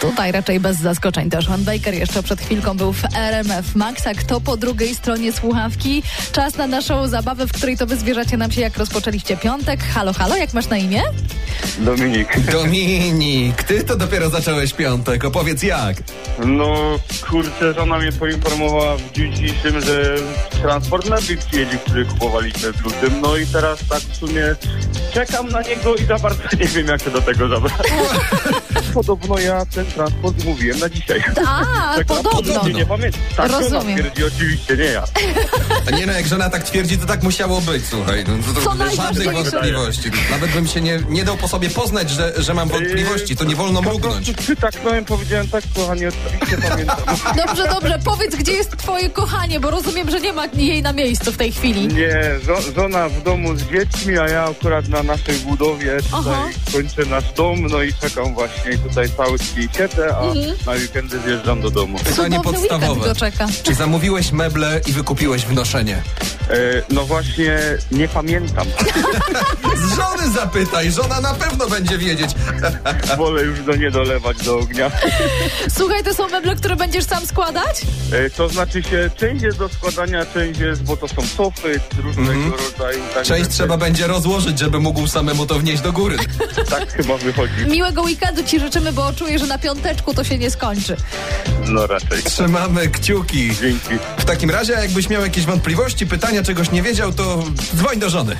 Tutaj raczej bez zaskoczeń też. Van Baker jeszcze przed chwilką był w RMF Max, a kto po drugiej stronie słuchawki? Czas na naszą zabawę, w której to wy zwierzacie nam się, jak rozpoczęliście piątek. Halo, halo, jak masz na imię? Dominik. Dominik, ty to dopiero zacząłeś piątek, opowiedz jak. No kurczę, żona mnie poinformowała w dniu dzisiejszym, że transport na BIP jedzie, który kupowaliśmy w lutym. No i teraz tak w sumie czekam na niego i za bardzo nie wiem jak się do tego zabrać. Podobno ja ten transport mówiłem na dzisiaj. Tak, A, podobno. Nie, nie pamiętam. Tak żona Rozumiem. twierdzi, oczywiście nie ja. A nie no, jak żona tak twierdzi, to tak musiało być, słuchaj. No, to, Co to, żadnych najważniejsze. wątpliwości. Nawet bym się nie, nie dał po sobie poznać, że, że mam wątpliwości, to nie wolno Yy, Po mrugnąć. prostu Przytaknąłem, powiedziałem tak kochanie, oczywiście pamiętam. Dobrze, dobrze, powiedz, gdzie jest twoje kochanie, bo rozumiem, że nie ma jej na miejscu w tej chwili. Nie, żo- żona w domu z dziećmi, a ja akurat na naszej budowie tutaj Aha. kończę nasz dom, no i czekam właśnie tutaj cały dzień siedzę, a na weekendy zjeżdżam do domu. Pytanie Cudowny weekend podstawowe. go czeka. Czy zamówiłeś meble i wykupiłeś wnoszenie? E, no właśnie, nie pamiętam. Z żony zapytaj, żona na pewno będzie wiedzieć. Wolę już do nie dolewać do ognia. Słuchaj, to są meble, które będziesz sam składać? E, to znaczy się, część jest do składania, część jest, bo to są sofy różnego rodzaju. Tak Mhm. Część trzeba będzie rozłożyć, żeby mógł samemu to wnieść do góry. Tak chyba wychodzi. Miłego weekendu ci życzymy, bo czuję, że na piąteczku to się nie skończy. No raczej. Trzymamy kciuki. Dzięki. W takim razie, jakbyś miał jakieś wątpliwości, pytania, czegoś nie wiedział, to dzwoń do żony.